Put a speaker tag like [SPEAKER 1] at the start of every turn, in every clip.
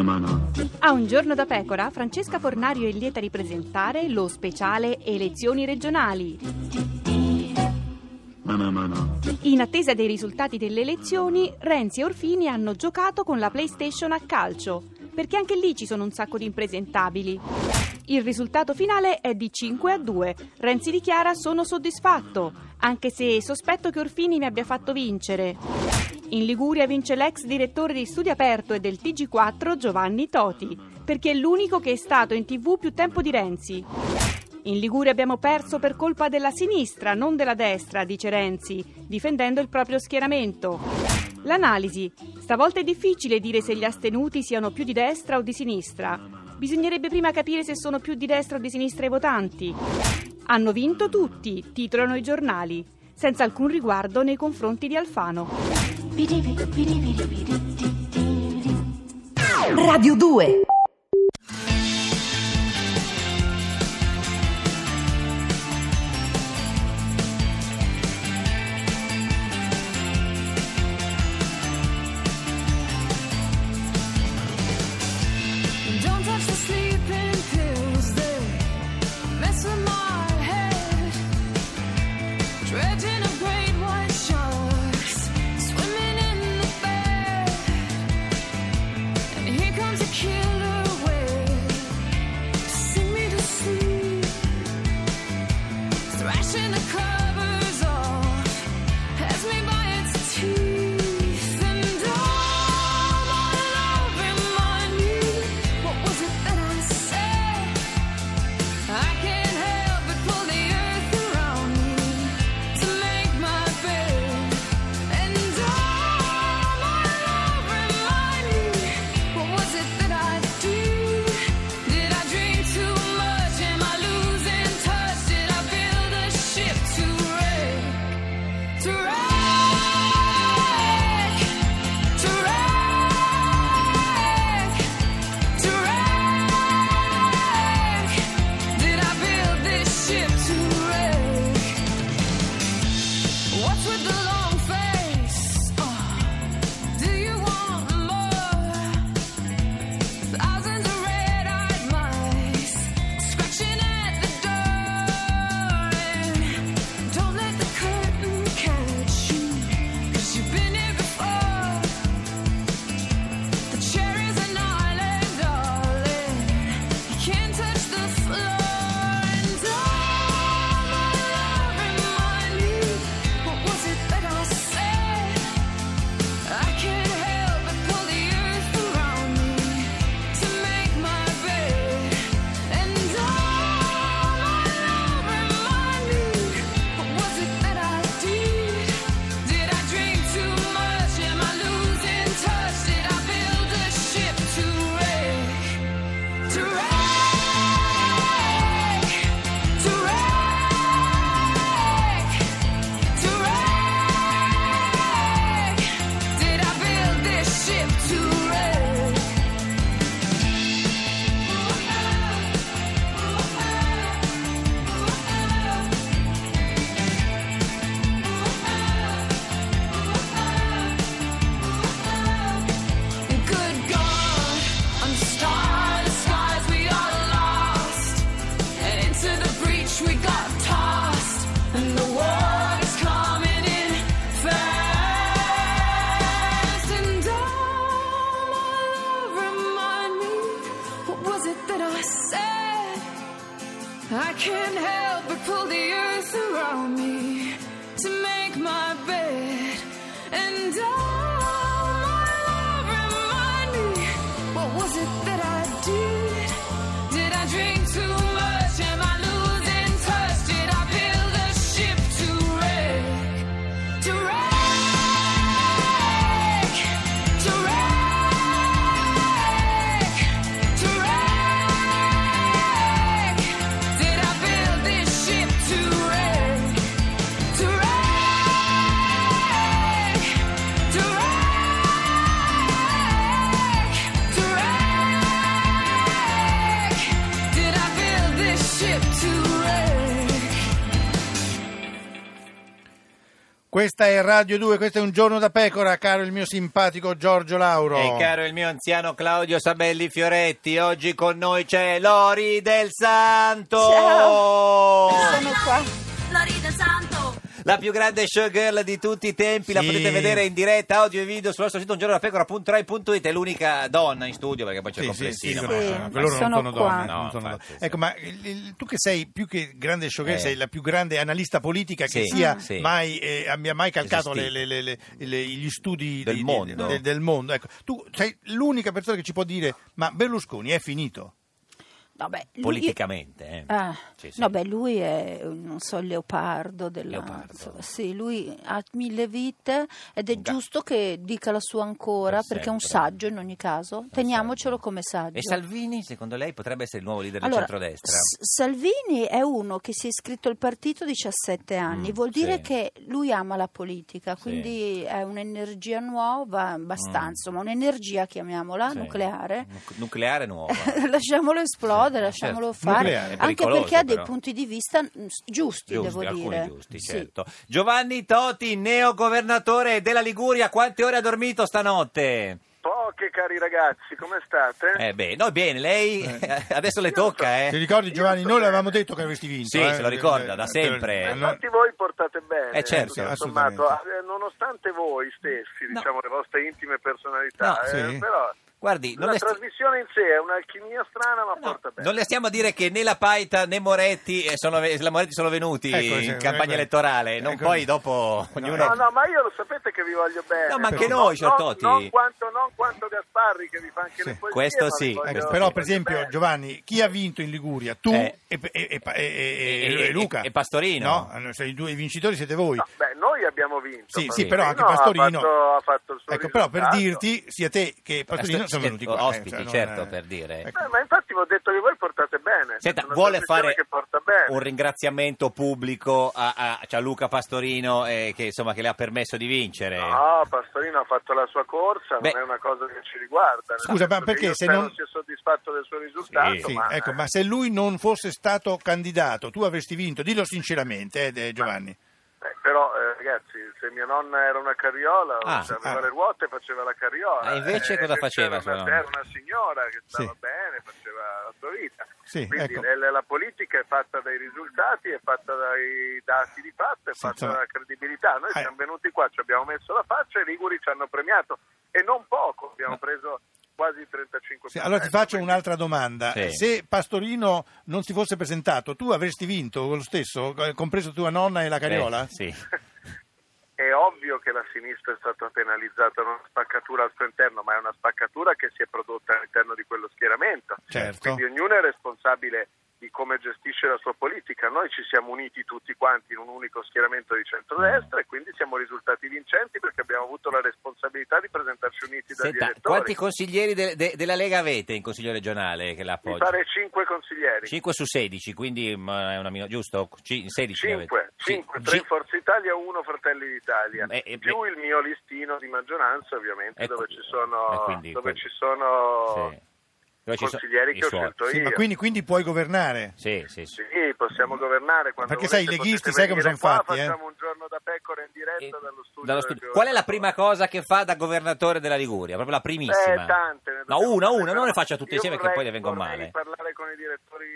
[SPEAKER 1] settimana.
[SPEAKER 2] A un giorno da pecora, Francesca Fornario è lieta di presentare lo speciale Elezioni regionali.
[SPEAKER 1] Mana mana.
[SPEAKER 2] In attesa dei risultati delle elezioni, Renzi e Orfini hanno giocato con la PlayStation a calcio, perché anche lì ci sono un sacco di impresentabili. Il risultato finale è di 5 a 2. Renzi dichiara sono soddisfatto, anche se sospetto che Orfini mi abbia fatto vincere. In Liguria vince l'ex direttore di Studio Aperto e del TG4 Giovanni Toti, perché è l'unico che è stato in tv più tempo di Renzi. In Liguria abbiamo perso per colpa della sinistra, non della destra, dice Renzi, difendendo il proprio schieramento. L'analisi. Stavolta è difficile dire se gli astenuti siano più di destra o di sinistra. Bisognerebbe prima capire se sono più di destra o di sinistra i votanti. Hanno vinto tutti, titolano i giornali, senza alcun riguardo nei confronti di Alfano.
[SPEAKER 3] Radio 2.
[SPEAKER 4] Don't touch the sleeping pills, they mess with my head. Dredging up great white sharks, swimming in the bed. And here comes a killer whale to sing me to sleep, thrashing the covers off has me by its teeth, and all my love remind me what was it that I said? I can't help but pull the earth around me to make my bed, and all my love remind me what was it that I did? Did I drink too much? Am I losing touch? Did I build a ship to wreck? To wreck, to wreck, to wreck. Did I build this ship to wreck? What's with the long face? Oh, do you want more? Thousands of red-eyed mice scratching at the door. And don't let the curtain catch you, cause you've been here before. The chair is an island, darling. You can't touch the floor. And all my love remind me, what was it that I said? I can't help but pull the earth around me to make my bed. And all my love remind me, what was it that I did? Did I drink too much? Am I losing touch? Did I build a ship to wreck? To wreck? To wreck? To wreck? Did I build this ship to wreck? Good God, on starless skies we are lost, and into the breach we got tossed, and the water's coming in fast. And all my love remind me, what was it that I said? I can't help but pull the earth around me to make my bed. And all my love remind me, what was it that I did? Did I drink too much? Am I losing touch? Did I build a ship to wreck? To wreck? To wreck? To wreck? Did I build this ship to wreck? To wreck? To
[SPEAKER 1] Questa è Radio 2, questo è un giorno da pecora, caro il mio simpatico Giorgio Lauro.
[SPEAKER 3] E caro il mio anziano Claudio Sabelli Fioretti, oggi con noi c'è Lori del Santo!
[SPEAKER 5] Sono qua. Lori del Santo.
[SPEAKER 3] La più grande showgirl di tutti i tempi, la
[SPEAKER 1] Sì.
[SPEAKER 3] potete vedere in diretta, audio e video sul nostro sito ungiornodapecora.rai.it, è l'unica donna in studio perché poi c'è il
[SPEAKER 1] Sì, sì, sì,
[SPEAKER 3] complessino.
[SPEAKER 1] sono-
[SPEAKER 3] Cioè, ma-
[SPEAKER 5] Sì,
[SPEAKER 1] sono- loro non
[SPEAKER 5] sono
[SPEAKER 1] sono
[SPEAKER 5] qua.
[SPEAKER 1] donne, non
[SPEAKER 3] No,
[SPEAKER 1] sono
[SPEAKER 3] infatti,
[SPEAKER 1] donne.
[SPEAKER 3] sì.
[SPEAKER 1] Ecco, ma il- il- tu che sei più che grande showgirl,
[SPEAKER 3] Eh.
[SPEAKER 1] sei la più grande analista politica che
[SPEAKER 3] Sì,
[SPEAKER 1] sia
[SPEAKER 3] Ah. sì.
[SPEAKER 1] mai, eh, abbia mai calcato le-
[SPEAKER 3] Esistito.
[SPEAKER 1] le- le- le- le- gli studi
[SPEAKER 3] Del
[SPEAKER 1] di- di-
[SPEAKER 3] mondo.
[SPEAKER 1] de- del mondo. Ecco, tu sei l'unica persona che ci può dire, ma Berlusconi è finito.
[SPEAKER 5] Vabbè, lui...
[SPEAKER 3] Politicamente, eh.
[SPEAKER 5] Ah,
[SPEAKER 3] Sì, sì.
[SPEAKER 5] No, beh, lui è, non so, il leopardo. Della...
[SPEAKER 3] Leopardo.
[SPEAKER 5] Sì, lui ha mille vite ed è
[SPEAKER 3] Da-
[SPEAKER 5] giusto che dica la sua ancora
[SPEAKER 3] Per
[SPEAKER 5] perché è un
[SPEAKER 3] sempre.
[SPEAKER 5] saggio in ogni caso. Teniamocelo come saggio.
[SPEAKER 3] E Salvini, secondo lei, potrebbe essere il nuovo leader
[SPEAKER 5] Allora,
[SPEAKER 3] del centrodestra?
[SPEAKER 5] S- Salvini è uno che si è iscritto al partito a 17 anni,
[SPEAKER 3] Mm,
[SPEAKER 5] vuol dire
[SPEAKER 3] sì.
[SPEAKER 5] che lui ama la politica,
[SPEAKER 3] Sì. Mm.
[SPEAKER 5] quindi è un'energia nuova, abbastanza, ma un'energia chiamiamola
[SPEAKER 3] Sì.
[SPEAKER 5] nucleare.
[SPEAKER 3] Nuc- nucleare nuovo.
[SPEAKER 5] lasciamolo esplodere,
[SPEAKER 3] Sì, certo.
[SPEAKER 5] lasciamolo fare,
[SPEAKER 1] Nucleare. È
[SPEAKER 5] anche
[SPEAKER 3] pericoloso,
[SPEAKER 5] perché ha dei
[SPEAKER 3] però.
[SPEAKER 5] punti di vista mh, s-
[SPEAKER 3] Giusti,
[SPEAKER 5] giusti, devo
[SPEAKER 3] alcuni
[SPEAKER 5] dire.
[SPEAKER 3] giusti,
[SPEAKER 5] Sì.
[SPEAKER 3] certo. Giovanni Toti, neo governatore della Liguria, quante ore ha dormito stanotte?
[SPEAKER 6] Poche cari ragazzi, come state?
[SPEAKER 3] Eh beh, noi bene, lei
[SPEAKER 6] Eh.
[SPEAKER 3] adesso le tocca,
[SPEAKER 1] Ti
[SPEAKER 3] eh?
[SPEAKER 1] ricordi Giovanni, noi l'avevamo detto che avresti vinto.
[SPEAKER 3] Sì,
[SPEAKER 1] eh?
[SPEAKER 3] se lo ricorda, da
[SPEAKER 1] Eh, te-
[SPEAKER 3] sempre.
[SPEAKER 1] eh,
[SPEAKER 6] Ma
[SPEAKER 1] no-
[SPEAKER 6] infatti voi portate bene,
[SPEAKER 3] Eh, certo,
[SPEAKER 6] tutto
[SPEAKER 1] assolutamente.
[SPEAKER 6] sommato, eh, nonostante voi stessi,
[SPEAKER 3] No.
[SPEAKER 6] diciamo le vostre intime personalità,
[SPEAKER 3] No,
[SPEAKER 6] eh,
[SPEAKER 1] sì.
[SPEAKER 6] però
[SPEAKER 3] Guardi, non
[SPEAKER 6] la
[SPEAKER 3] le, st-
[SPEAKER 6] trasmissione in sé è un'alchimia strana ma
[SPEAKER 3] no,
[SPEAKER 6] porta bene.
[SPEAKER 3] non le stiamo a dire che né la Paita né Moretti eh, sono, ve- la Moretti sono venuti
[SPEAKER 1] Ecco, sì,
[SPEAKER 3] in campagna
[SPEAKER 1] ecco.
[SPEAKER 3] elettorale, non
[SPEAKER 1] Ecco.
[SPEAKER 3] poi dopo ognuno...
[SPEAKER 6] No, no, ma io lo sapete che vi voglio bene.
[SPEAKER 3] No, ma anche
[SPEAKER 6] Non-
[SPEAKER 3] noi,
[SPEAKER 6] non,
[SPEAKER 3] Ciotti.
[SPEAKER 6] non quanto, non quanto Gasparri che vi fa anche le
[SPEAKER 1] Sì.
[SPEAKER 6] poesie.
[SPEAKER 3] Questo
[SPEAKER 6] ma vi
[SPEAKER 3] sì,
[SPEAKER 6] voglio-
[SPEAKER 1] Ecco,
[SPEAKER 3] questo
[SPEAKER 6] vi
[SPEAKER 1] però
[SPEAKER 6] voglio
[SPEAKER 1] per esempio
[SPEAKER 6] bene.
[SPEAKER 1] Giovanni chi ha vinto in Liguria? Tu
[SPEAKER 3] Eh.
[SPEAKER 1] e, e- e- e- e-
[SPEAKER 3] E-
[SPEAKER 1] e- e Luca
[SPEAKER 3] e- e Pastorino.
[SPEAKER 1] no? Allora, se i due vincitori siete voi
[SPEAKER 6] No, beh, noi abbiamo vinto.
[SPEAKER 1] sì,
[SPEAKER 6] ma
[SPEAKER 1] sì,
[SPEAKER 3] sì.
[SPEAKER 1] però anche
[SPEAKER 6] no,
[SPEAKER 1] Pastorino
[SPEAKER 6] Ha fatto, ha fatto il suo
[SPEAKER 1] ecco, però per
[SPEAKER 6] risultato.
[SPEAKER 1] dirti sia te che Pastorino sono venuti qua
[SPEAKER 3] Ospiti,
[SPEAKER 1] eh, cioè, non
[SPEAKER 3] certo,
[SPEAKER 1] è-
[SPEAKER 3] per dire.
[SPEAKER 1] Ecco.
[SPEAKER 6] Eh, ma infatti vi ho detto che voi portate bene.
[SPEAKER 3] Senta,
[SPEAKER 6] È una
[SPEAKER 3] vuole
[SPEAKER 6] trasmissione
[SPEAKER 3] fare
[SPEAKER 6] che porta bene.
[SPEAKER 3] un ringraziamento pubblico a, a Gianluca Pastorino eh, che, insomma, che le ha permesso di vincere?
[SPEAKER 6] No, Pastorino ha fatto la sua corsa,
[SPEAKER 3] Eh. Beh.
[SPEAKER 6] non è una cosa che ci riguarda. nel
[SPEAKER 1] Scusa,
[SPEAKER 6] senso
[SPEAKER 1] ma
[SPEAKER 6] che
[SPEAKER 1] perché
[SPEAKER 6] io
[SPEAKER 1] se
[SPEAKER 6] spero
[SPEAKER 1] non-
[SPEAKER 6] sia soddisfatto del suo risultato,
[SPEAKER 3] Sì,
[SPEAKER 1] Sì,
[SPEAKER 6] Certo, ma...
[SPEAKER 1] ecco, ma se lui non fosse stato candidato, tu avresti vinto, dillo sinceramente, eh, De- Giovanni.
[SPEAKER 6] eh, però eh, ragazzi, se mia nonna era una carriola,
[SPEAKER 3] Ah,
[SPEAKER 6] cioè, aveva
[SPEAKER 1] ah.
[SPEAKER 6] le ruote faceva la carriola.
[SPEAKER 3] Ah, invece
[SPEAKER 6] Eh,
[SPEAKER 3] cosa faceva
[SPEAKER 6] c'era
[SPEAKER 3] sua
[SPEAKER 6] una,
[SPEAKER 3] nonna?
[SPEAKER 6] era una signora che stava
[SPEAKER 1] Sì.
[SPEAKER 6] bene, faceva la sua vita.
[SPEAKER 1] Sì,
[SPEAKER 6] Quindi
[SPEAKER 1] ecco.
[SPEAKER 6] le- le- la politica è fatta dai risultati, è fatta dai dati di fatto, è
[SPEAKER 1] Sì,
[SPEAKER 6] fatta
[SPEAKER 1] insomma.
[SPEAKER 6] dalla credibilità. Noi
[SPEAKER 1] Eh.
[SPEAKER 6] siamo venuti qua, ci abbiamo messo la faccia e i Liguri ci hanno premiato e non poco, abbiamo preso quasi 35
[SPEAKER 1] Sì, allora ti faccio un'altra domanda.
[SPEAKER 3] Sì.
[SPEAKER 1] Se Pastorino non si fosse presentato, tu avresti vinto lo stesso, eh, compreso tua nonna e la cariola?
[SPEAKER 3] Beh, Eh, sì.
[SPEAKER 6] È ovvio che la sinistra è stata penalizzata da una spaccatura al suo interno, ma è una spaccatura che si è prodotta all'interno di quello schieramento.
[SPEAKER 1] Certo.
[SPEAKER 6] Quindi ognuno è responsabile di come gestisce la sua politica. Noi ci siamo uniti tutti quanti in un unico schieramento di centrodestra e quindi siamo risultati vincenti perché abbiamo avuto la responsabilità di presentarci uniti dagli
[SPEAKER 3] Senta,
[SPEAKER 6] elettori.
[SPEAKER 3] quanti consiglieri de- de- della Lega avete in consiglio regionale che la
[SPEAKER 6] Mi
[SPEAKER 3] appoggia?
[SPEAKER 6] pare cinque consiglieri.
[SPEAKER 3] 5 su 16, quindi ma è una mino- giusto? Ci- 16 ne avete.
[SPEAKER 6] 5,
[SPEAKER 3] Sì,
[SPEAKER 6] 5, 3
[SPEAKER 3] gi-
[SPEAKER 6] Forza Italia, 1 Fratelli d'Italia,
[SPEAKER 3] Eh, eh,
[SPEAKER 6] più il mio listino di maggioranza ovviamente
[SPEAKER 3] Ecco,
[SPEAKER 6] dove ci
[SPEAKER 3] eh,
[SPEAKER 6] sono,
[SPEAKER 3] quindi
[SPEAKER 6] dove
[SPEAKER 3] quello.
[SPEAKER 6] ci sono
[SPEAKER 3] sì. Dove ci so-
[SPEAKER 6] consiglieri
[SPEAKER 3] i
[SPEAKER 6] che ho
[SPEAKER 3] suoi.
[SPEAKER 6] scelto
[SPEAKER 1] Sì,
[SPEAKER 6] io.
[SPEAKER 1] ma quindi, quindi puoi governare.
[SPEAKER 3] Sì, sì, sì.
[SPEAKER 6] Sì, possiamo governare quando
[SPEAKER 1] Perché sai, i
[SPEAKER 6] volete,
[SPEAKER 1] leghisti
[SPEAKER 6] potete
[SPEAKER 1] sai come
[SPEAKER 6] venire
[SPEAKER 1] sono
[SPEAKER 6] qua,
[SPEAKER 1] fatti, eh?
[SPEAKER 6] Facciamo un giorno da pecora in diretta
[SPEAKER 3] E-
[SPEAKER 6] dallo studio.
[SPEAKER 3] Eh, dallo
[SPEAKER 6] del
[SPEAKER 3] studio. Qual è la
[SPEAKER 6] governatore.
[SPEAKER 3] prima cosa che fa da governatore della Liguria? Proprio la primissima.
[SPEAKER 6] Eh, tante. ne
[SPEAKER 3] No,
[SPEAKER 6] dobbiamo
[SPEAKER 3] una,
[SPEAKER 6] fare,
[SPEAKER 3] una, non le faccia tutte
[SPEAKER 6] io
[SPEAKER 3] insieme che
[SPEAKER 6] vorrei-
[SPEAKER 3] poi le vengono
[SPEAKER 6] vorrei
[SPEAKER 3] male.
[SPEAKER 6] parlare con i direttori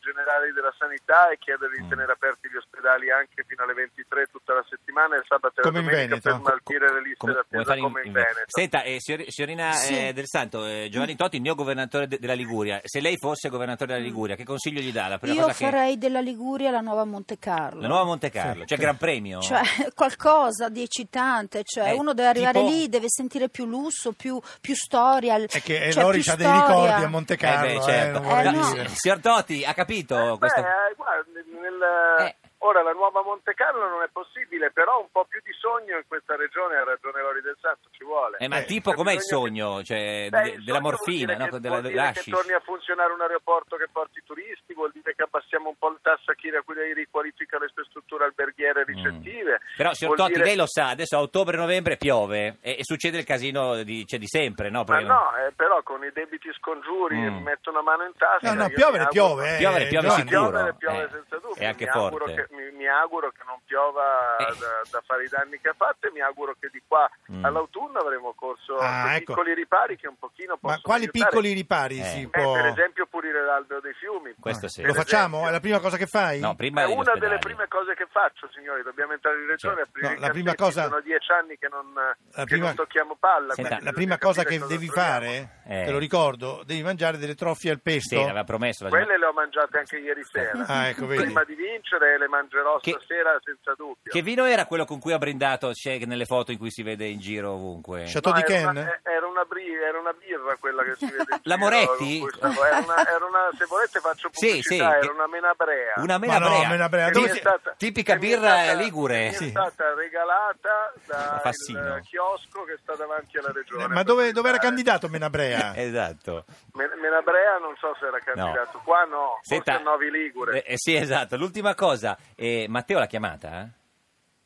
[SPEAKER 6] generali della sanità e chiedere di
[SPEAKER 3] Mm.
[SPEAKER 6] tenere aperti gli ospedali anche fino alle 23 tutta la settimana e sabato e la
[SPEAKER 1] Come in
[SPEAKER 6] domenica
[SPEAKER 1] Veneto.
[SPEAKER 6] per smaltire le liste d'attesa
[SPEAKER 3] fare
[SPEAKER 6] come,
[SPEAKER 3] in-
[SPEAKER 6] in,
[SPEAKER 3] in-
[SPEAKER 6] Veneto.
[SPEAKER 3] Senta, eh, signor- signorina
[SPEAKER 5] Sì.
[SPEAKER 3] eh, del Santo, eh, Giovanni Totti, il neo governatore de- della Liguria, se lei fosse governatore della Liguria, che consiglio gli dà? La prima
[SPEAKER 5] Mm. Io
[SPEAKER 3] cosa
[SPEAKER 5] farei della Liguria la nuova Monte Carlo.
[SPEAKER 3] che... La nuova Monte Carlo,
[SPEAKER 1] Sì.
[SPEAKER 3] cioè Gran Premio?
[SPEAKER 5] Cioè, qualcosa di eccitante, cioè
[SPEAKER 3] Eh,
[SPEAKER 5] uno deve arrivare
[SPEAKER 3] tipo-
[SPEAKER 5] lì, deve sentire più lusso, più, più storia. l-
[SPEAKER 1] È che eh,
[SPEAKER 5] cioè,
[SPEAKER 1] Lori
[SPEAKER 5] più
[SPEAKER 1] ha dei
[SPEAKER 5] storia.
[SPEAKER 1] ricordi a Monte
[SPEAKER 3] Eh
[SPEAKER 1] Carlo,
[SPEAKER 3] beh,
[SPEAKER 1] eh,
[SPEAKER 3] certo.
[SPEAKER 1] non vorrei
[SPEAKER 5] Eh, no.
[SPEAKER 1] dire.
[SPEAKER 3] Signor Totti, ha capito?
[SPEAKER 6] Eh,
[SPEAKER 3] questo-
[SPEAKER 6] beh, eh, guarda, nel-
[SPEAKER 3] Eh.
[SPEAKER 6] Ora la nuova Monte Carlo non è possibile, però un po' più di sogno in questa regione, ha ragione Lori del Santo, ci vuole.
[SPEAKER 3] Eh, ma
[SPEAKER 1] Eh,
[SPEAKER 3] tipo
[SPEAKER 6] c'è
[SPEAKER 3] com'è il
[SPEAKER 6] bisogno che-
[SPEAKER 3] sogno? Cioè, de-
[SPEAKER 6] Beh, il
[SPEAKER 3] della
[SPEAKER 6] sogno vuol
[SPEAKER 3] morfina,
[SPEAKER 6] dire
[SPEAKER 3] no?
[SPEAKER 6] che-
[SPEAKER 3] della
[SPEAKER 6] vuol dire che
[SPEAKER 3] dell'hashish.
[SPEAKER 6] torni a funzionare un aeroporto che porti i turisti, vuol dire che abbassiamo un po' il tasso a chi a cui riqualifica le sue strutture alberghiere e ricettive.
[SPEAKER 3] Mm. Però, signor
[SPEAKER 6] Vuol
[SPEAKER 3] Totti,
[SPEAKER 6] dire-
[SPEAKER 3] lei lo sa, adesso a ottobre-novembre piove eh, e, e succede il casino di, cioè, di sempre, no?
[SPEAKER 6] Ma
[SPEAKER 3] Perché-
[SPEAKER 6] no, eh, però con i debiti scongiuri
[SPEAKER 3] Mm.
[SPEAKER 6] metto una mano in
[SPEAKER 1] No,
[SPEAKER 6] tasca.
[SPEAKER 1] no,
[SPEAKER 6] io
[SPEAKER 1] piovere
[SPEAKER 6] mi auguro-
[SPEAKER 1] piove, eh,
[SPEAKER 3] Piovere piove
[SPEAKER 1] Giovanni.
[SPEAKER 3] sicuro.
[SPEAKER 6] Piovere piove
[SPEAKER 3] eh.
[SPEAKER 6] senza dubbio.
[SPEAKER 3] È anche
[SPEAKER 6] mi auguro
[SPEAKER 3] forte.
[SPEAKER 6] che- mi, mi auguro che non piova
[SPEAKER 3] Eh.
[SPEAKER 6] da, da fare i danni che ha fatto e mi auguro che di qua
[SPEAKER 3] Mm.
[SPEAKER 6] all'autunno avremo corso
[SPEAKER 1] Ah,
[SPEAKER 6] dei
[SPEAKER 1] ecco.
[SPEAKER 6] piccoli ripari che un pochino possono
[SPEAKER 1] Ma quali
[SPEAKER 6] aiutare.
[SPEAKER 1] piccoli ripari
[SPEAKER 3] Eh.
[SPEAKER 1] si
[SPEAKER 3] Eh,
[SPEAKER 6] Eh,
[SPEAKER 1] può...
[SPEAKER 6] Per esempio pulire l'albero dei fiumi.
[SPEAKER 3] Questo
[SPEAKER 1] Ah,
[SPEAKER 3] sì.
[SPEAKER 1] Lo
[SPEAKER 6] Per
[SPEAKER 1] facciamo?
[SPEAKER 6] esempio.
[SPEAKER 1] È la prima cosa che fai?
[SPEAKER 3] No, prima
[SPEAKER 6] È
[SPEAKER 3] degli
[SPEAKER 6] una delle
[SPEAKER 3] ospedali.
[SPEAKER 6] prime cose che faccio, signori. Dobbiamo entrare in regione
[SPEAKER 3] Cioè,
[SPEAKER 6] aprire
[SPEAKER 1] no,
[SPEAKER 6] i
[SPEAKER 1] la prima
[SPEAKER 6] cassetti.
[SPEAKER 1] cosa-
[SPEAKER 6] Sono dieci anni che non, che
[SPEAKER 1] prima-
[SPEAKER 6] non tocchiamo palla.
[SPEAKER 3] Senta,
[SPEAKER 6] quindi
[SPEAKER 1] la
[SPEAKER 6] bisogna
[SPEAKER 1] prima cosa
[SPEAKER 6] capire
[SPEAKER 1] che
[SPEAKER 6] cosa
[SPEAKER 1] devi
[SPEAKER 6] troviamo.
[SPEAKER 1] fare,
[SPEAKER 3] Eh.
[SPEAKER 1] te lo ricordo, devi mangiare delle trofie al
[SPEAKER 3] Sì,
[SPEAKER 1] pesto.
[SPEAKER 3] l'aveva promesso. la
[SPEAKER 6] Quelle le ho mangiate anche ieri sera.
[SPEAKER 1] Ah, ecco, vedi.
[SPEAKER 6] Prima di vincere le mangerò
[SPEAKER 3] Che-
[SPEAKER 6] stasera senza dubbio.
[SPEAKER 3] Che vino era quello con cui ha brindato Shag nelle foto in cui si vede in giro ovunque?
[SPEAKER 1] Chateau di
[SPEAKER 6] No, era
[SPEAKER 1] Ken?
[SPEAKER 6] una, eh, era, una bri- era una birra quella che si vede. in giro,
[SPEAKER 3] La Moretti?
[SPEAKER 6] con cui stavo- Era una, era una- se volete faccio
[SPEAKER 3] Sì,
[SPEAKER 6] pubblicità,
[SPEAKER 3] sì,
[SPEAKER 6] era
[SPEAKER 3] che-
[SPEAKER 6] una menabrea.
[SPEAKER 3] Una
[SPEAKER 1] Ma no,
[SPEAKER 3] menabrea.
[SPEAKER 1] menabrea,
[SPEAKER 6] Che
[SPEAKER 1] dove
[SPEAKER 6] mi è
[SPEAKER 1] si-
[SPEAKER 6] stata-
[SPEAKER 3] Tipica
[SPEAKER 6] che mi è
[SPEAKER 3] birra eh,
[SPEAKER 6] stata-
[SPEAKER 3] ligure.
[SPEAKER 6] che mi
[SPEAKER 1] Sì.
[SPEAKER 6] è stata regalata
[SPEAKER 3] Da Fassino.
[SPEAKER 6] dal chiosco che sta davanti alla regione.
[SPEAKER 1] Ma dove, dove era
[SPEAKER 6] Eh,
[SPEAKER 1] candidato Menabrea?
[SPEAKER 3] Esatto.
[SPEAKER 6] Men- Menabrea non so se era candidato, qua no,
[SPEAKER 3] Senta-
[SPEAKER 6] forse Novi Ligure.
[SPEAKER 3] Eh, eh, sì, esatto. L'ultima cosa, eh, Matteo l'ha chiamata? eh?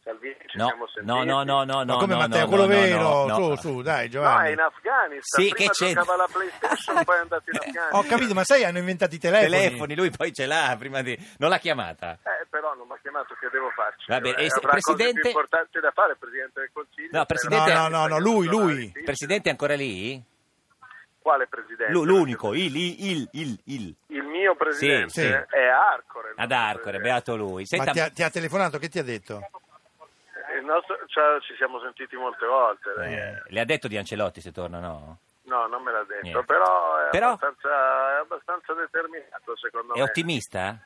[SPEAKER 6] Salvini ci
[SPEAKER 3] No.
[SPEAKER 6] siamo sentiti.
[SPEAKER 3] no, no, no, no,
[SPEAKER 1] Ma
[SPEAKER 3] no,
[SPEAKER 1] come
[SPEAKER 3] no,
[SPEAKER 1] Matteo,
[SPEAKER 3] no,
[SPEAKER 1] quello
[SPEAKER 3] no, no,
[SPEAKER 1] vero,
[SPEAKER 3] no,
[SPEAKER 1] su,
[SPEAKER 3] no.
[SPEAKER 1] su, dai
[SPEAKER 6] No, è
[SPEAKER 1] Giovanni.
[SPEAKER 6] in Afghanistan,
[SPEAKER 3] Sì,
[SPEAKER 6] prima
[SPEAKER 3] che c'è- Eh,
[SPEAKER 6] giocava la Playstation, poi è andato in Afghanistan.
[SPEAKER 1] Ho capito, ma sai, hanno inventato i telefoni.
[SPEAKER 3] Telefoni, lui poi ce l'ha prima di... Non l'ha chiamata.
[SPEAKER 6] Eh, però non mi ha chiamato che devo farci.
[SPEAKER 3] Va bene,
[SPEAKER 6] Eh,
[SPEAKER 3] e se-
[SPEAKER 6] avrà
[SPEAKER 3] Presidente-
[SPEAKER 6] cose più importanti da fare, Presidente del Consiglio.
[SPEAKER 3] No,
[SPEAKER 6] Però-
[SPEAKER 3] Presidente-
[SPEAKER 1] no,
[SPEAKER 3] No,
[SPEAKER 1] no, no, lui, lui.
[SPEAKER 6] Sì.
[SPEAKER 3] Presidente è ancora lì?
[SPEAKER 6] Quale Presidente?
[SPEAKER 3] Lu- l'unico, il, il, il, il.
[SPEAKER 6] Il mio Presidente
[SPEAKER 1] Sì, sì.
[SPEAKER 6] è Arcore. il
[SPEAKER 3] Ad
[SPEAKER 6] nostro
[SPEAKER 3] Arcore,
[SPEAKER 6] Presidente.
[SPEAKER 3] beato lui.
[SPEAKER 1] Ma
[SPEAKER 3] Senta,
[SPEAKER 1] ti ha, ti ha telefonato, che ti ha detto?
[SPEAKER 6] Il nostro- cioè, ci siamo sentiti molte volte. lei è-
[SPEAKER 3] eh, le ha detto di Ancelotti se torna, no?
[SPEAKER 6] No, non me l'ha detto,
[SPEAKER 3] Niente.
[SPEAKER 6] però, è,
[SPEAKER 3] Però-
[SPEAKER 6] Abbastanza, è abbastanza determinato secondo
[SPEAKER 3] È
[SPEAKER 6] me.
[SPEAKER 3] ottimista?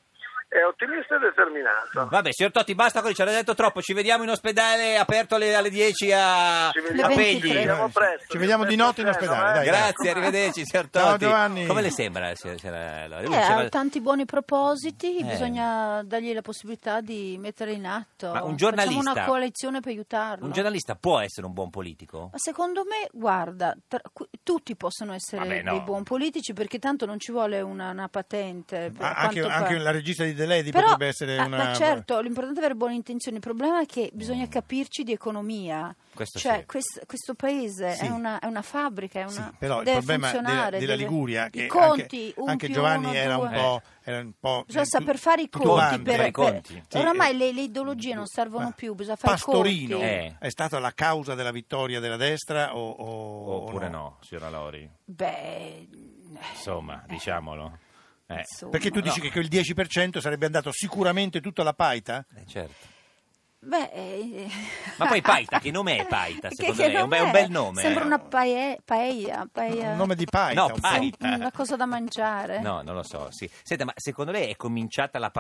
[SPEAKER 6] È ottimista e determinato.
[SPEAKER 3] Vabbè, signor Totti, basta così, ci ha detto troppo. Ci vediamo in ospedale aperto alle, alle 10 a,
[SPEAKER 6] Ci
[SPEAKER 5] Le
[SPEAKER 3] a
[SPEAKER 6] vediamo, ci
[SPEAKER 3] Pegli.
[SPEAKER 5] vediamo
[SPEAKER 6] vediamo presto.
[SPEAKER 1] Ci vediamo di notte in
[SPEAKER 6] Presto,
[SPEAKER 1] ospedale,
[SPEAKER 6] eh,
[SPEAKER 1] dai, dai.
[SPEAKER 3] Grazie, arrivederci, signor Totti.
[SPEAKER 1] Ciao, Giovanni.
[SPEAKER 3] Come le sembra, signor Cerello?
[SPEAKER 5] Eh, ha tanti buoni propositi,
[SPEAKER 3] Eh.
[SPEAKER 5] bisogna dargli la possibilità di mettere in atto.
[SPEAKER 3] Ma un
[SPEAKER 5] Facciamo
[SPEAKER 3] giornalista-
[SPEAKER 5] una coalizione per aiutarlo.
[SPEAKER 3] Un giornalista può essere un buon politico?
[SPEAKER 5] Ma secondo me, guarda, tra- cu- tutti possono essere
[SPEAKER 3] Vabbè, no.
[SPEAKER 5] dei buoni politici perché tanto non ci vuole una, una patente. per
[SPEAKER 1] Ah, anche,
[SPEAKER 5] quanto fa-
[SPEAKER 1] anche la regista di The Lady
[SPEAKER 5] Però,
[SPEAKER 1] potrebbe essere
[SPEAKER 5] ah,
[SPEAKER 1] una... Mm.
[SPEAKER 5] ma certo, l'importante è avere buone intenzioni. Il problema è che bisogna capirci di economia.
[SPEAKER 3] Questo
[SPEAKER 5] cioè,
[SPEAKER 3] sì.
[SPEAKER 5] quest- questo paese
[SPEAKER 1] Sì.
[SPEAKER 5] è, una, è una fabbrica, è una,
[SPEAKER 1] Sì, però il
[SPEAKER 5] deve
[SPEAKER 1] problema della,
[SPEAKER 5] funzionare.
[SPEAKER 1] della
[SPEAKER 5] deve-
[SPEAKER 1] Liguria, che
[SPEAKER 5] I conti,
[SPEAKER 1] anche,
[SPEAKER 5] un
[SPEAKER 1] anche
[SPEAKER 5] più
[SPEAKER 1] Giovanni
[SPEAKER 5] uno,
[SPEAKER 1] era, un
[SPEAKER 5] due.
[SPEAKER 1] po', era un po'...
[SPEAKER 5] Bisogna
[SPEAKER 1] tu-
[SPEAKER 5] saper fare i
[SPEAKER 1] tutto
[SPEAKER 5] conti.
[SPEAKER 1] quanti.
[SPEAKER 5] Per,
[SPEAKER 3] fare i
[SPEAKER 5] per-
[SPEAKER 3] conti.
[SPEAKER 1] Sì,
[SPEAKER 5] oramai
[SPEAKER 1] eh,
[SPEAKER 5] le, le ideologie non servono
[SPEAKER 1] ma
[SPEAKER 5] più, bisogna fare
[SPEAKER 1] Pastorino
[SPEAKER 5] i conti.
[SPEAKER 3] Eh.
[SPEAKER 1] è stata la causa della vittoria della destra o, o- o
[SPEAKER 3] Oppure no, signora Lori?
[SPEAKER 5] Beh,
[SPEAKER 3] Insomma, diciamolo. Eh,
[SPEAKER 5] insomma.
[SPEAKER 1] Perché tu dici
[SPEAKER 3] No.
[SPEAKER 1] che quel 10% sarebbe andato sicuramente tutta la paita?
[SPEAKER 3] eh, certo.
[SPEAKER 5] Beh, eh,
[SPEAKER 3] Ma poi Paita, che nome è Paita,
[SPEAKER 5] che-
[SPEAKER 3] secondo
[SPEAKER 5] che
[SPEAKER 3] lei? È un be-
[SPEAKER 5] nome
[SPEAKER 3] un bel nome,
[SPEAKER 5] Sembra
[SPEAKER 3] eh.
[SPEAKER 5] una pae- paella, paella-
[SPEAKER 1] Un nome di paita.
[SPEAKER 3] No,
[SPEAKER 1] un po'.
[SPEAKER 3] paita.
[SPEAKER 5] una cosa da mangiare.
[SPEAKER 3] No, non lo so. Sì. Senta, ma secondo lei è cominciata la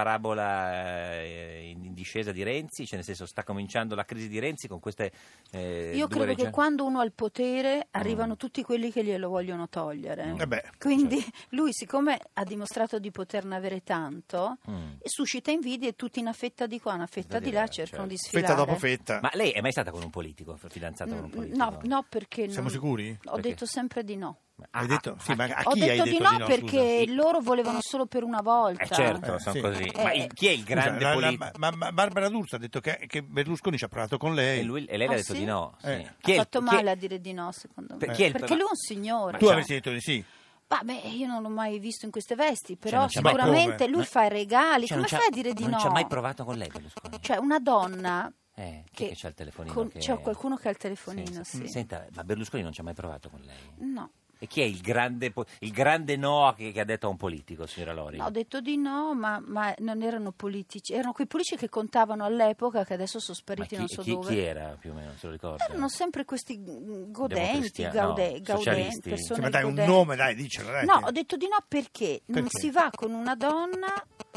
[SPEAKER 3] parabola eh, in in discesa di Renzi? Cioè, nel senso, sta cominciando la crisi di Renzi con queste. eh, due Mm.
[SPEAKER 5] Io credo che
[SPEAKER 3] regioni?
[SPEAKER 5] quando uno ha il potere arrivano tutti quelli che glielo vogliono togliere.
[SPEAKER 3] Mm.
[SPEAKER 1] Eh beh,
[SPEAKER 5] Quindi lui, siccome ha dimostrato di poterne avere tanto,
[SPEAKER 3] Mm.
[SPEAKER 5] suscita invidie e tutti una fetta di qua, una fetta
[SPEAKER 3] Fetta
[SPEAKER 5] di
[SPEAKER 3] di
[SPEAKER 5] là
[SPEAKER 3] là,
[SPEAKER 5] cercano
[SPEAKER 3] certo.
[SPEAKER 5] di sfilare.
[SPEAKER 1] fetta dopo fetta.
[SPEAKER 3] Ma lei è mai stata con un politico, fidanzata con un
[SPEAKER 5] Mm,
[SPEAKER 3] politico?
[SPEAKER 5] No, no, perché
[SPEAKER 1] Siamo
[SPEAKER 5] non-
[SPEAKER 1] sicuri?
[SPEAKER 5] Ho
[SPEAKER 3] Perché?
[SPEAKER 5] detto sempre di no.
[SPEAKER 3] Ah,
[SPEAKER 1] Hai detto?
[SPEAKER 3] ah,
[SPEAKER 1] Sì, ma a
[SPEAKER 5] ho
[SPEAKER 1] chi hai
[SPEAKER 5] detto
[SPEAKER 1] detto
[SPEAKER 5] di no
[SPEAKER 1] scusa?
[SPEAKER 5] perché loro volevano solo per una volta.
[SPEAKER 3] Eh, certo,
[SPEAKER 1] Eh,
[SPEAKER 3] sono
[SPEAKER 1] sì.
[SPEAKER 3] così. Ma
[SPEAKER 5] Eh,
[SPEAKER 3] il- chi è il
[SPEAKER 1] Scusa, Cioè,
[SPEAKER 3] grande
[SPEAKER 1] la- la-
[SPEAKER 3] politico?
[SPEAKER 1] ma, ma Barbara D'Urso ha detto che, che Berlusconi ci ha parlato con lei.
[SPEAKER 3] E, lui- e lei le
[SPEAKER 5] Ah,
[SPEAKER 3] ha detto
[SPEAKER 5] sì?
[SPEAKER 3] di no. sì.
[SPEAKER 1] Eh.
[SPEAKER 5] Ha
[SPEAKER 3] Chi è il-
[SPEAKER 5] fatto
[SPEAKER 3] chi è-
[SPEAKER 5] male a dire di no, secondo me.
[SPEAKER 3] Per- chi è il-
[SPEAKER 5] Perché lui è un signore.
[SPEAKER 1] tu
[SPEAKER 5] cioè-
[SPEAKER 1] avresti detto di sì.
[SPEAKER 5] Bah, beh, io non l'ho mai visto in queste vesti, però
[SPEAKER 3] Cioè, non c'è mai-
[SPEAKER 5] sicuramente
[SPEAKER 1] Ma
[SPEAKER 5] lui fa i regali.
[SPEAKER 3] cioè, non
[SPEAKER 5] Come
[SPEAKER 3] c'ha-
[SPEAKER 5] fai a dire di
[SPEAKER 3] non
[SPEAKER 5] no?
[SPEAKER 3] ci ha mai provato con lei Berlusconi?
[SPEAKER 5] Cioè, una donna
[SPEAKER 3] Eh, chi è
[SPEAKER 5] che,
[SPEAKER 3] che c'ha il telefonino?
[SPEAKER 5] con-
[SPEAKER 3] che-
[SPEAKER 5] c'è qualcuno che ha il telefonino, sì.
[SPEAKER 3] Senta, ma Berlusconi non ci ha mai provato con lei?
[SPEAKER 5] No.
[SPEAKER 3] E chi è il grande, po- il grande no che, che ha detto a un politico, signora Lori?
[SPEAKER 5] No, ho detto di no, ma, ma non erano politici, erano quei politici che contavano all'epoca che adesso sono
[SPEAKER 3] Ma
[SPEAKER 5] spariti
[SPEAKER 3] chi,
[SPEAKER 5] non so
[SPEAKER 3] chi-
[SPEAKER 5] dove. Eh,
[SPEAKER 3] chi era più o meno, se lo ricordo?
[SPEAKER 5] Erano sempre questi mm, godenti,
[SPEAKER 3] Democristiani,
[SPEAKER 5] gaude-
[SPEAKER 3] no,
[SPEAKER 5] gaudenti,
[SPEAKER 3] socialisti.
[SPEAKER 1] Sì,
[SPEAKER 5] persone
[SPEAKER 1] ma dai, un
[SPEAKER 5] godenti.
[SPEAKER 1] nome, dai, dicelo.
[SPEAKER 3] Eh,
[SPEAKER 1] dai,
[SPEAKER 5] No,
[SPEAKER 1] che-
[SPEAKER 5] ho detto di no perché, non
[SPEAKER 1] Perché?
[SPEAKER 5] si va con una donna,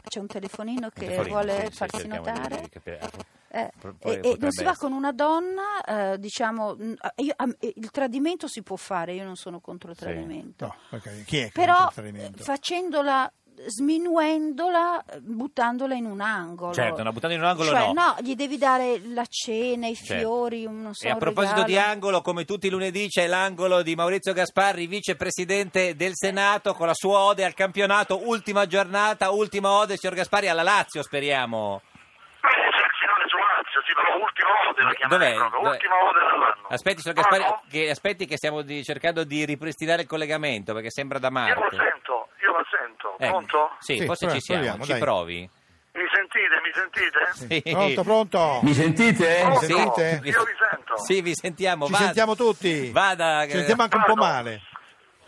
[SPEAKER 5] c'è un telefonino che vuole farsi notare.
[SPEAKER 3] ah,
[SPEAKER 5] Eh, e, e non si va con una donna, eh, diciamo, mh, io- am- eh, il tradimento si può fare, io non sono contro il
[SPEAKER 3] Sì.
[SPEAKER 5] tradimento,
[SPEAKER 1] No, ok, chi è che non c'è
[SPEAKER 5] però
[SPEAKER 1] il tradimento?
[SPEAKER 5] eh, facendola, sminuendola, eh, buttandola in un angolo.
[SPEAKER 3] Certo, no, buttando in un angolo
[SPEAKER 5] Cioè,
[SPEAKER 3] no.
[SPEAKER 5] no, gli devi dare la cena, i
[SPEAKER 3] Certo.
[SPEAKER 5] fiori, un, non so,
[SPEAKER 3] e a
[SPEAKER 5] un
[SPEAKER 3] proposito di
[SPEAKER 5] regalo.
[SPEAKER 3] angolo, come tutti i lunedì c'è l'angolo di Maurizio Gasparri, vicepresidente del Senato, con la sua ode al campionato, ultima giornata, ultima ode, signor Gasparri, alla Lazio, speriamo.
[SPEAKER 6] Beh, c'è il signore Suazio, sì, però ultima ode la chiamerei proprio,
[SPEAKER 3] Dov'è?
[SPEAKER 6] ultima ode dell'anno.
[SPEAKER 3] Aspetti, signor Gasparri,
[SPEAKER 6] Ah, no?
[SPEAKER 3] che, aspetti che stiamo di- cercando di ripristinare il collegamento, perché sembra da
[SPEAKER 6] Io la
[SPEAKER 3] Marte.
[SPEAKER 6] sento, io la sento,
[SPEAKER 3] Ecco,
[SPEAKER 6] pronto?
[SPEAKER 3] Sì,
[SPEAKER 1] Sì,
[SPEAKER 3] forse
[SPEAKER 1] prova-
[SPEAKER 3] ci siamo,
[SPEAKER 1] proviamo,
[SPEAKER 3] ci
[SPEAKER 1] dai.
[SPEAKER 3] provi.
[SPEAKER 6] Mi sentite, mi mi sentite?
[SPEAKER 3] Sì. Eh,
[SPEAKER 1] Pronto, pronto?
[SPEAKER 7] Mi sentite?
[SPEAKER 6] Pronto?
[SPEAKER 3] Sì.
[SPEAKER 6] Io vi sento.
[SPEAKER 3] Sì, vi sentiamo.
[SPEAKER 1] Ci
[SPEAKER 3] vada.
[SPEAKER 1] sentiamo tutti.
[SPEAKER 3] Vada.
[SPEAKER 1] Ci sentiamo anche un po'
[SPEAKER 6] Vado.
[SPEAKER 1] male.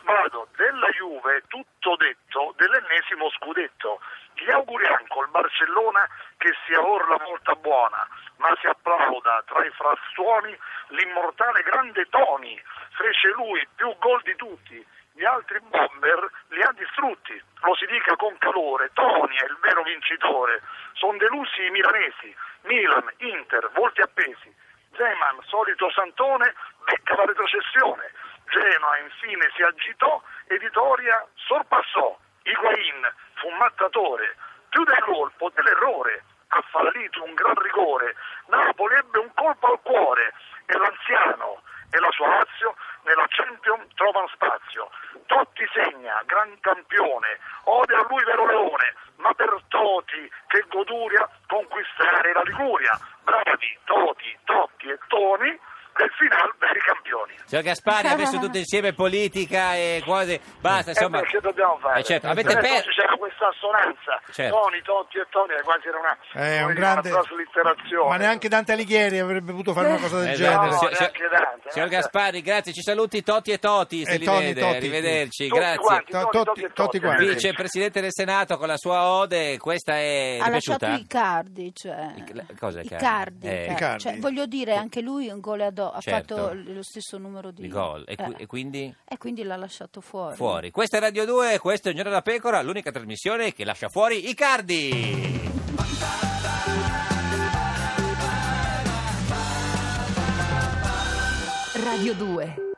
[SPEAKER 6] Vado, della Juve tutto detto dell'ennesimo scudetto. Gli auguriamo col Barcellona che sia orla molto buona, ma si applauda tra i frastuoni l'immortale grande Tony. Fece lui più gol di tutti, gli altri bomber li ha distrutti. Lo si dica con calore, Tony è il vero vincitore. Sono delusi i milanesi, Milan, Inter, volti appesi. Zeman, solito santone, becca la retrocessione. Genoa infine si agitò e Vitoria sorpassò. Higuain fu mattatore, più del colpo dell'errore, ha fallito un gran rigore. Napoli ebbe un colpo al cuore e l'anziano e la sua Lazio nella Champions trovano spazio. Totti segna, gran campione, ode a lui vero leone, ma per Toti che goduria conquistare la Liguria. Bravi Toti, Totti e Toni, del final veri campioni.
[SPEAKER 3] eh, Signor Gasparri, ha messo tutto insieme politica e cose. Basta, insomma.
[SPEAKER 6] eh beh, che dobbiamo fare?
[SPEAKER 3] Eh, certo, avete
[SPEAKER 6] Adesso
[SPEAKER 3] per-
[SPEAKER 6] c'era questa assonanza.
[SPEAKER 3] Certo.
[SPEAKER 6] Toni, Totti e Toni, quasi era una,
[SPEAKER 1] È
[SPEAKER 6] come
[SPEAKER 1] un
[SPEAKER 6] dire,
[SPEAKER 1] grande...
[SPEAKER 6] una traslitterazione.
[SPEAKER 1] Ma neanche Dante Alighieri avrebbe potuto fare una cosa del
[SPEAKER 3] Eh,
[SPEAKER 1] genere.
[SPEAKER 3] no,
[SPEAKER 6] No,
[SPEAKER 3] si-
[SPEAKER 6] Esatto, neanche eh. Dante,
[SPEAKER 3] signor
[SPEAKER 6] neanche-
[SPEAKER 3] Gasparri, grazie, ci saluti Toti e Toti, se
[SPEAKER 1] E
[SPEAKER 3] li
[SPEAKER 1] Toni,
[SPEAKER 3] vede,
[SPEAKER 1] Toti.
[SPEAKER 3] arrivederci,
[SPEAKER 6] Tutti
[SPEAKER 3] grazie.
[SPEAKER 6] quanti,
[SPEAKER 1] To-
[SPEAKER 6] Toni,
[SPEAKER 1] Totti-
[SPEAKER 6] Totti e
[SPEAKER 1] Totti
[SPEAKER 6] Totti,
[SPEAKER 1] quanti.
[SPEAKER 6] arrivederci.
[SPEAKER 3] Vicepresidente del Senato con la sua ode, questa è
[SPEAKER 5] ha
[SPEAKER 3] le è
[SPEAKER 5] lasciato
[SPEAKER 3] piaciuta?
[SPEAKER 5] i cardi, cioè,
[SPEAKER 3] I- la- cosa, i
[SPEAKER 5] i
[SPEAKER 3] cardi?
[SPEAKER 5] cardi,
[SPEAKER 3] Eh.
[SPEAKER 5] cioè,
[SPEAKER 1] I cardi.
[SPEAKER 5] cioè, voglio dire anche lui un goleador ha
[SPEAKER 3] Certo.
[SPEAKER 5] fatto l- lo stesso numero di
[SPEAKER 3] Di gol. E, qui-
[SPEAKER 5] eh.
[SPEAKER 3] e quindi
[SPEAKER 5] E quindi l'ha lasciato fuori.
[SPEAKER 3] fuori. Questa è Radio 2, questo è Il Giorno della Pecora, l'unica trasmissione che lascia fuori i cardi.
[SPEAKER 8] Radio 2